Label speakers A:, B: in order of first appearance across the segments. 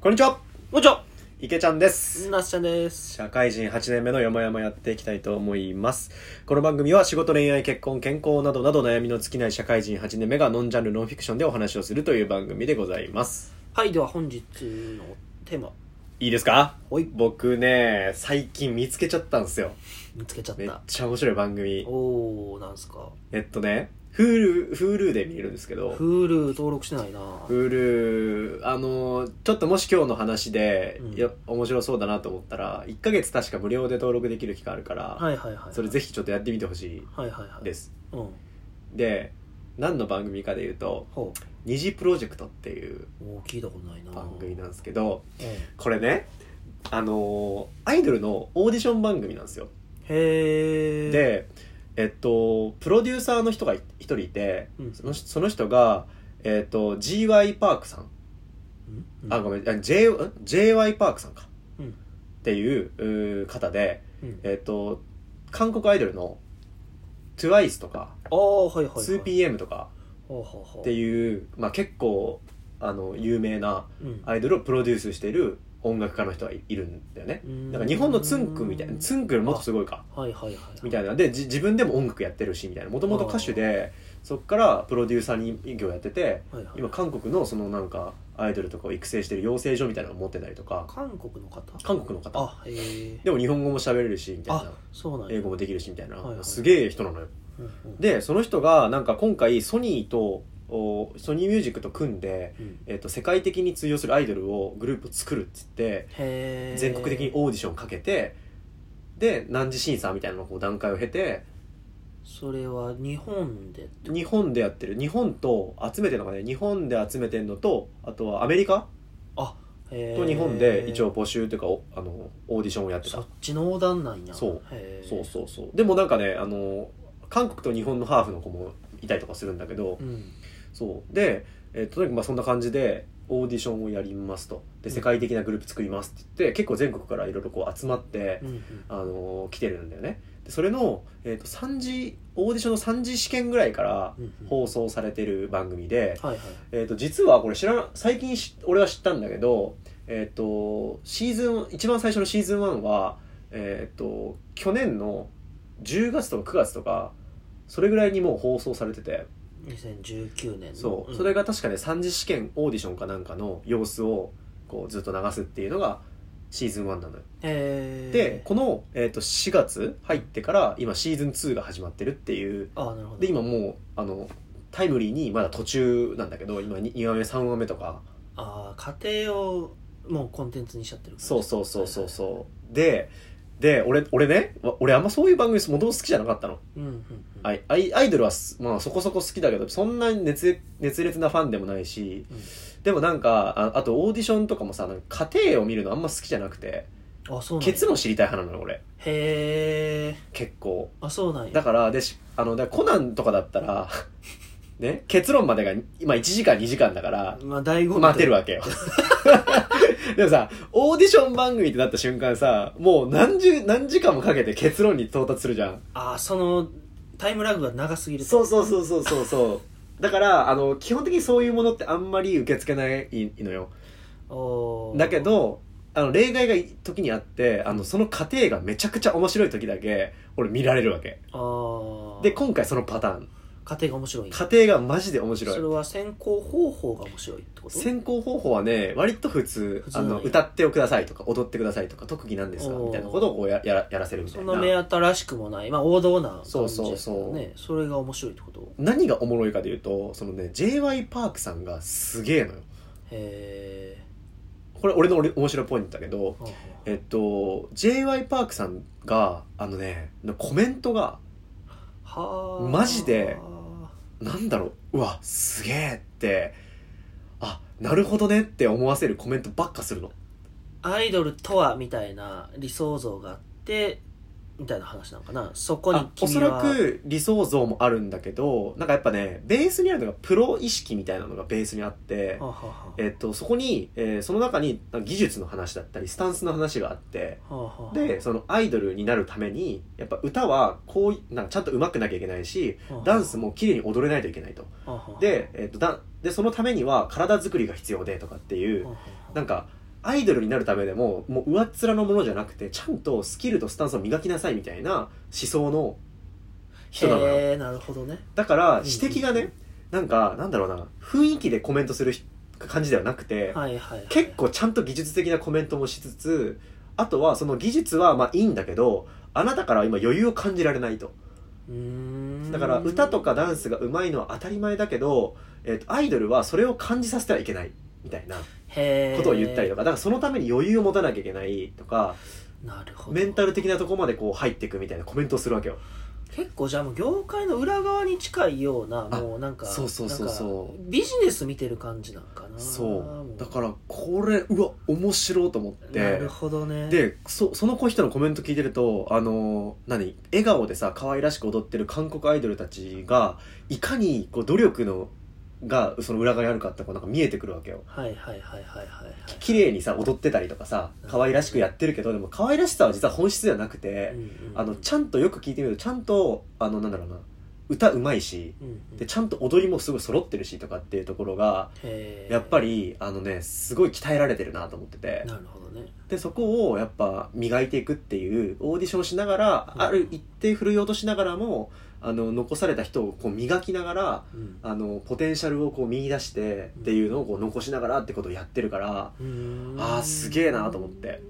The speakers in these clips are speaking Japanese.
A: こんにちは
B: こんにちは
A: 池ちゃんです。
B: なっちゃんです。
A: 社会人8年目の山々やっていきたいと思います。この番組は仕事、恋愛、結婚、健康などなど悩みの尽きない社会人8年目がノンジャンルノンフィクションでお話をするという番組でございます。
B: はい、では本日のテーマ、
A: いいですか
B: ほい、
A: 僕ね、最近見つけちゃったんですよ。
B: 見つけちゃっ。
A: めったちゃ面白い番組。
B: おー、なんすか。
A: えっとね、Hulu、Hulu で見れるんですけど、
B: Hulu 登録してないな
A: Hulu、あの、ちょっともし今日の話で、
B: うん
A: いや面白そうだなと思ったら、1ヶ月確か無料で登録できる期間あるから、
B: はいはいはい。
A: それぜひちょっとやってみてほしい
B: はいはいはい。。
A: ですす。
B: うん。
A: で、何の番組かで言うと、
B: ほ
A: 二次プロジェクトっていう
B: う。おー、聞いたことないな
A: 番組なんです
B: か。
A: けど、
B: うん
A: これね、あのーアイドルのオーディション番組なんですよ。
B: へー。、
A: で、えっと、プロデューサーの人が一一人いて、
B: うん。
A: その人その人が、えっと、GY パークさん。
B: うん
A: あ、ごめん、あ J、ん JY パークさんか。
B: うん
A: っていううー方で、
B: うん。
A: えっと、韓国アイドルの TWICE とか、
B: あー、はいはいはい。
A: 2PM とか、
B: ほうほうほう。
A: っていう、まあ、結構あの有名な
B: うん。
A: アイドルをプロデュースしている音楽家の人がいいるんだよね
B: うん
A: なんか日本のツンクみたいなツンクよりもっとすごいか
B: はいはいはい。
A: みた
B: い
A: いなでじ自分でも音楽やってるしみたいなもともと歌手でそっからプロデューサー業やってて
B: な。はいはい。
A: 今韓国のそのなんかアイドルとかを育成してる養成所みたいなのを持ってたりとか
B: 韓国の方
A: 韓国の方
B: あ、へー。
A: でも日本語も喋れるしみたいな
B: あ、そうなんや
A: 英語もできるしみたいな
B: はいはい
A: すげえ人なのよ
B: うんうん
A: でその人がなんか今回ソニーとおソニーミュージックと組んで
B: うん。
A: えっと世界的に通用するアイドルをグループを作るっつって
B: へー。
A: 全国的にオーディションかけてで何次審査みたいなのをこう段階を経て
B: それは日本で
A: 日本でやってる日本と集めてるのがね日本で集めてるのとあとはアメリカと
B: と
A: 日本で一応募集というかおあのオーディションをやって
B: そ
A: た
B: っちの横断なんや
A: そう
B: へー
A: そうそうそうでもなんかねあの韓国と日本のハーフの子もいたりとかするんだけど
B: うん
A: そうで、えっととにかくまあそんな感じでオーディションをやりますとで世界的なグループ作りますって言って結構全国からいろいろこう集まって
B: うんうん
A: あのー来てるんだよねでそれの、えー、と3次オーディションの3次試験ぐらいから
B: うんうん
A: 放送されてる番組で、
B: はいはい
A: えー、と実はこれ知らな最近し俺は知ったんだけど、えー、とシーズン一番最初のシーズン1は、えー、と去年の10月とか9月とかそれぐらいにもう放送されてて
B: 2019年の
A: そう、
B: ん
A: それが確かね3次試験オーディションかなんかの様子をこうずっと流すっていうのがシーズン1なのよ
B: へー
A: でこの、えー、と4月入ってから今シーズン2が始まってるっていう
B: あなるほど
A: で今もうあのタイムリーにまだ途中なんだけど今 2, 話目3話目とか
B: あー家庭をもうコンテンツにしちゃってる
A: そうそうそうそうそうでで俺俺ねわ俺あんまそういう番組もともと好きじゃなかったの、
B: ううんうんうん
A: アイアイアイドルはす、まあ、そこそこ好きだけどそんなに熱熱烈なファンでもないし、でもなんかああとオーディションとかもさなんか家庭を見るのあんま好きじゃなくて
B: あそうなんや
A: ケツも知りたい派なのよ俺
B: へえ
A: 結構
B: あそうなんや
A: だから、でし、あの、だからコナンとかだったら、 ね、結論までが、今1時間2時間だから、
B: まあ醍醐味
A: 待てるわけよ。 でもさ、オーディション番組ってなった瞬間さ、もう何十、何時間もかけて結論に到達するじゃん。
B: あーそのタイムラグが長すぎる
A: そうそうそうそうそうそう。だから、あの、基本的にそういうものってあんまり受け付けないのよ。
B: おー
A: だけど、あの、例外が時にあって、あの、その過程がめちゃくちゃ面白い時だけ、俺見られるわけ。
B: あー
A: で、今回そのパターン。
B: 家庭が面白いんや
A: 過程がマジで面白い
B: それ。は選考方法が面白いってこと
A: 選考方法はね割と普通
B: 普通
A: あ
B: なんや
A: の歌ってくださいとか踊ってくださいとか特技なんですか
B: おー
A: みたいなことをこうややらやらせるみた
B: そ
A: い
B: んな目
A: な
B: 新しくもないまあ王道な感じ
A: そうそう
B: ですからねそれが面白いってこと
A: 何がおもろいかというとそのね j y パークさんがすげえのよ
B: へえ
A: これ俺の俺面白いポイントだけどえっと j y パークさんがあのねコメントが
B: はあ
A: マジでなんだろううわすげえってあなるほどねって思わせるコメントばっかするの
B: アイドルとはみたいな理想像があってみたいな話なのかなそこに
A: あおそ
B: 君は
A: らく理想像もあるんだけどなんかやっぱねベースにあるのがプロ意識みたいなのがベースにあって
B: はあ、はあはあ
A: えっと、そこに、えーその中にあ技術の話だったりスタンスの話があって
B: はあはあ
A: でそのアイドルになるためにやっぱ歌はこういなんかちゃんと上手くなきゃいけないし
B: はあはあ
A: ダンスも綺麗に踊れないといけないと
B: はあはあ
A: で,、えっとだでそのためには体作りが必要でとかってい
B: は
A: う
B: あはあ
A: なんかアイドルになるためでももう上っ面のものじゃなくてちゃんとスキルとスタンスを磨きなさいみたいな思想の人なのよ
B: へえなるほどね
A: だか
B: う
A: ら
B: ん
A: 指摘がねなんかなんだろうな雰囲気でコメントする感じではなくて
B: はいはい、はい、
A: 結構ちゃんと技術的なコメントもしつつあとはその技術はまあいいんだけどあなたからは今余裕を感じられないと
B: うーん
A: だから歌とかダンスが上手いのは当たり前だけど、えっとアイドルはそれを感じさせてはいけないみたいな
B: へえ
A: ことを言ったりとかだからそのために余裕を持たなきゃいけないとか
B: なるほど
A: メンタル的なところまでこう入っていくみたいなコメントをするわけよ
B: 結構じゃあもう業界の裏側に近いような
A: あ
B: もうなんか
A: そうそうそうそう
B: なんかビジネス見てる感じなんかな
A: そうだかららこれうわ面白いと思って
B: なるほどね
A: でそその子人のコメント聞いてるとあのー何笑顔でさ可愛らしく踊ってる韓国アイドルたちがいかにこう努力のがその裏側にあるかってこうなんか見えてくるわけよ
B: はいはいはいはいはいはい
A: 綺麗にさ踊ってたりとかさ可愛らしくやってるけどでも可愛らしさは実は本質ではなくて、
B: うんうん
A: あのちゃんとよく聞いてみるとちゃんとあのなんだろうな歌うまいし
B: うんうん
A: でちゃんと踊りもすごい揃ってるしとかっていうところが
B: へえ
A: やっぱりあのねすごい鍛えられてるなと思ってて
B: なるほどね
A: でそこをやっぱ磨いていくっていうオーディションしながら、
B: うん
A: ある一定振るい落としながらもあの残された人をこう磨きながら
B: うん
A: あのポテンシャルをこう見出してっていうのをこう残しながらってことをやってるから
B: うーん
A: あーすげえなと思って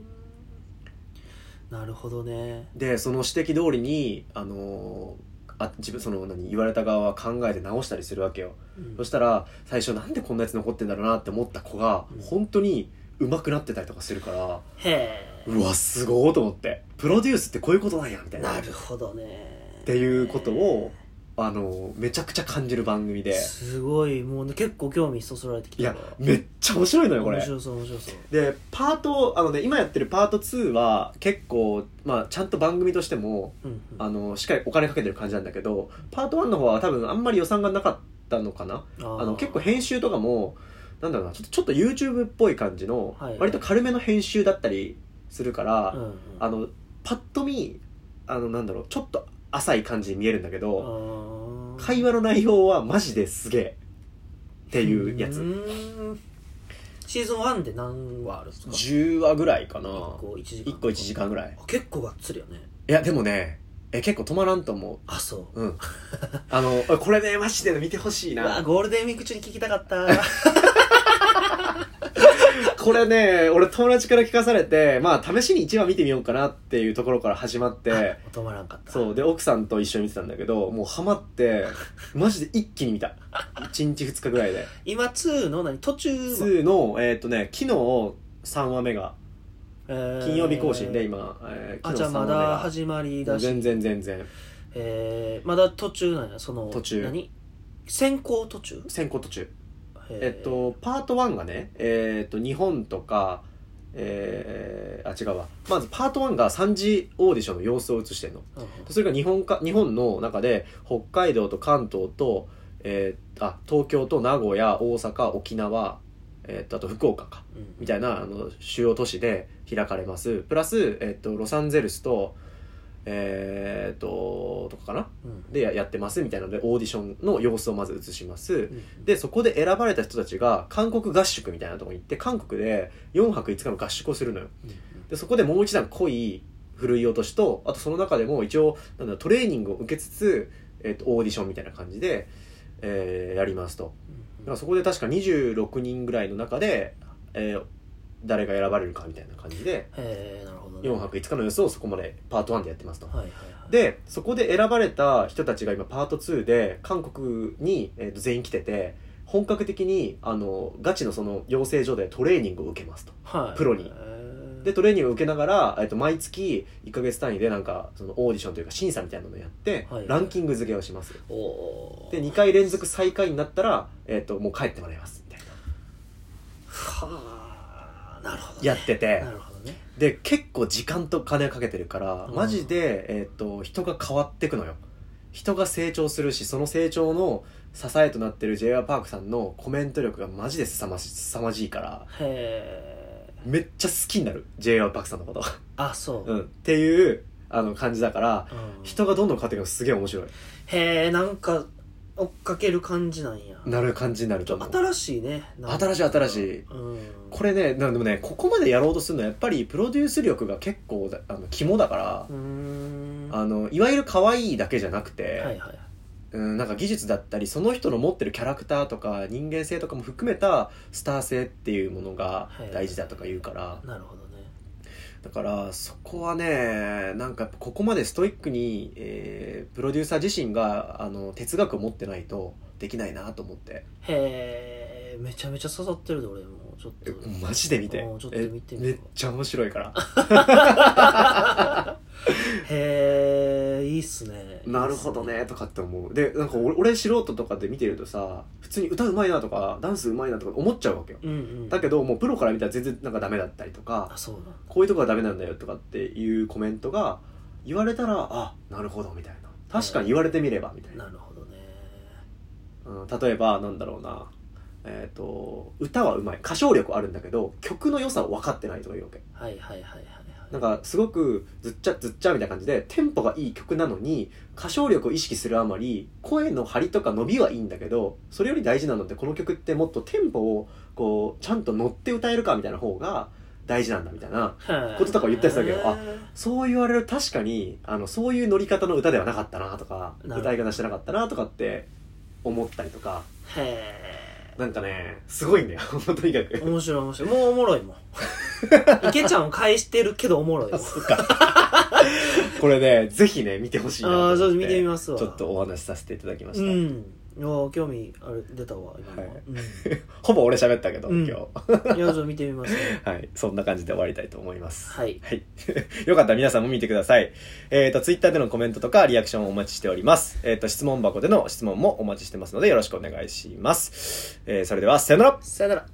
B: なるほどね
A: でその指摘通りにあのあ自分その何言われた側は考えて直したりするわけよ、
B: うん
A: そしたら最初なんでこんなやつ残ってんだろうなって思った子が
B: うん
A: 本当に上手くなってたりとかするから
B: へ
A: うわすごいと思ってプロデュースってこういうことなんやみた
B: え
A: いな
B: なるほどね
A: っていうことをあのめちゃくちゃ感じる番組で
B: すごいもうね結構興味そそられてき
A: い
B: た
A: や
B: わ
A: めっちゃ面白いのよこ
B: 面
A: れ
B: 白そう面白そう
A: でパートあのね今やってるパート2は結構、まあ、ちゃんと番組としても
B: うんうん
A: あのしっかりお金かけてる感じなんだけどパート1の方は多分あんまり予算がなかったのかなあ
B: あ
A: の
B: ー
A: 結構編集とかもなんだろうなちょっとちょっと YouTube っぽい感じの
B: はいはい
A: 割と軽めの編集だったりするから、
B: うんうん
A: あのパッと見あのなんだろうちょっと浅い感じに見えるんだけど、
B: あー
A: 会話の内容はマジですげえっていうや
B: う
A: つ
B: ーんシーズン1で何話あるんですか
A: 10話ぐらいかな
B: 1個1時間
A: 1個1時間ぐらい
B: あ結構がっつりよね
A: いやでもねえ結構止まらんと思
B: あそう
A: ううん あのこれねマジで見てほしいう
B: わ
A: な
B: ゴールデンウィーク中に聞きたかった
A: これね俺友達から聞かされてまあ試しに1話見てみようかなっていうところから始まって
B: あ止まらんかった
A: そうで奥さんと一緒に見てたんだけどもうハマってマジで一気に見た1日2日ぐら いで
B: 今2の何途中ま
A: 2のえっ、とね昨日3話目が
B: えー
A: 金曜日更新で今、えー
B: あ
A: 昨
B: じ
A: 日
B: ゃ
A: 3話目
B: あまだ
A: が
B: 始まりだし
A: 全然全然
B: えーまだ途中なんやその
A: 途中
B: 何先行途中
A: 先行途中
B: へー
A: えっとパート1がねえっと日本とかえーあ違うわまずパート1が3次オーディションの様子を映してるの
B: うんうん
A: それが日本か日本の中で北海道と関東と、えーあ東京と名古屋大阪沖縄、えっとあと福岡か
B: うん
A: みたいなあの主要都市で開かれますプラス、えっとロサンゼルスとえっととかかな
B: うん
A: でややってますみたいなのでオーディションの様子をまず映します
B: うん
A: でそこで選ばれた人たちが韓国合宿みたいなとこに行って韓国で4泊5日の合宿をするのよ
B: うん
A: でそこでもう一段濃いふるい落としとあとその中でも一応なんだトレーニングを受けつつ、えっとオーディションみたいな感じで、えーやりますとだか
B: うん
A: らそこで確か26人ぐらいの中で、えー誰が選ばれるかみたいな感じで
B: へえなるほどね
A: 4泊5日の様子をそこまでパート1でやってますと
B: はいはいはい
A: でそこで選ばれた人たちが今パート2で韓国に、えーと全員来てて本格的にあのガチのその養成所でトレーニングを受けますと
B: はい
A: プロに
B: へー
A: でトレーニングを受けながら、えーと毎月1ヶ月単位でなんかそのオーディションというか審査みたいなのをやって、
B: はい
A: ランキング付けをします
B: おー
A: で2回連続最下位になったら、えー、ともう帰ってもらいますみたいな
B: はあなるほど、ね、
A: やってて
B: なるほどね
A: で結構時間と金かけてるから
B: うん
A: マジで、えー、と人が変わってくのよ人が成長するしその成長の支えとなってる j r パークさんのコメント力がマジで凄まじ凄まじいから
B: へえ
A: めっちゃ好きになる j r パークさんのこと、
B: あそう、
A: うん、っていうあの感じだから
B: うん
A: 人がどんどん変わっていくのすげえ面白い
B: へえなんか追っかける感じなんや
A: なる感じになると思う
B: 新しいねなん
A: 新
B: か
A: しい新しい
B: うん
A: これねなんでもねここまでやろうとするのはやっぱりプロデュース力が結構だあの肝だから
B: う、ーんは
A: あのいわゆる可愛いだけじゃなくて、
B: いはいはい
A: うん、なんか技術だったりその人の持ってるキャラクターとか人間性とかも含めたスター性っていうものが大事だとか言うから、
B: なるほどね
A: だからそこはねなんかここまでストイックに、えープロデューサー自身があの哲学を持ってないとできないなと思って
B: へえめちゃめちゃ刺さってるで俺もちょっ
A: え
B: と
A: マジで見て
B: おーちょっと見てみ
A: えめ
B: よう
A: っちゃ面白いから
B: へえいいっすね
A: なるほどねとかって思うでなんか俺俺素人とかで見てるとさ普通に歌うまいなとかダンスうまいなとか思っちゃうわけよ
B: うんうん
A: だけどもうプロから見たら全然なんかダメだったりとか
B: あそうなんだ
A: こういうとこがダメなんだよとかっていうコメントが言われたらあなるほどみたいな確かに言われてみればみたいな、
B: なるほどね
A: うん、例えばなんだろうなえっ、と歌はうまい歌唱力あるんだけど曲の良さを分かってないとかいうわけ
B: はいはいはいはい
A: なん
B: はい
A: かすごくずっちゃずっちゃみたいな感じでテンポがいい曲なのに歌唱力を意識するあまり声の張りとか伸びはいいんだけどそれより大事なのってこの曲ってもっとテンポをこうちゃんと乗って歌えるかみたいな方が大事なんだみたいな
B: へー
A: こととか言ったりしたけどあそう言われる確かにあのそういう乗り方の歌ではなかったなとか
B: なるほど
A: 歌い方してなかったなとかって思ったりとか
B: へ
A: なんかねすごいんだよ とにか
B: え
A: く
B: 面白い面白いもうおもろいもん池ちゃんを返してるけどおもろいもん
A: そっか これねぜひね見てほしいなと思
B: ああ
A: って
B: そう見てみますわ
A: ちょっとお話しさせていただきまし
B: う
A: た、
B: んいやー興味あれ出たわ今のは、
A: はい
B: うん、い
A: ほぼ俺喋ったけど、
B: うん
A: 今日
B: やちょっと見てみますね
A: はいそんな感じで終わりたいと思います
B: はい
A: はい。 よかったら皆さんも見てください。えっ、と、ツイッターでのコメントとかリアクションをお待ちしております。えっ、と、質問箱での質問もお待ちしてますのでよろしくお願いします。えーそれでは、さよなら
B: さよなら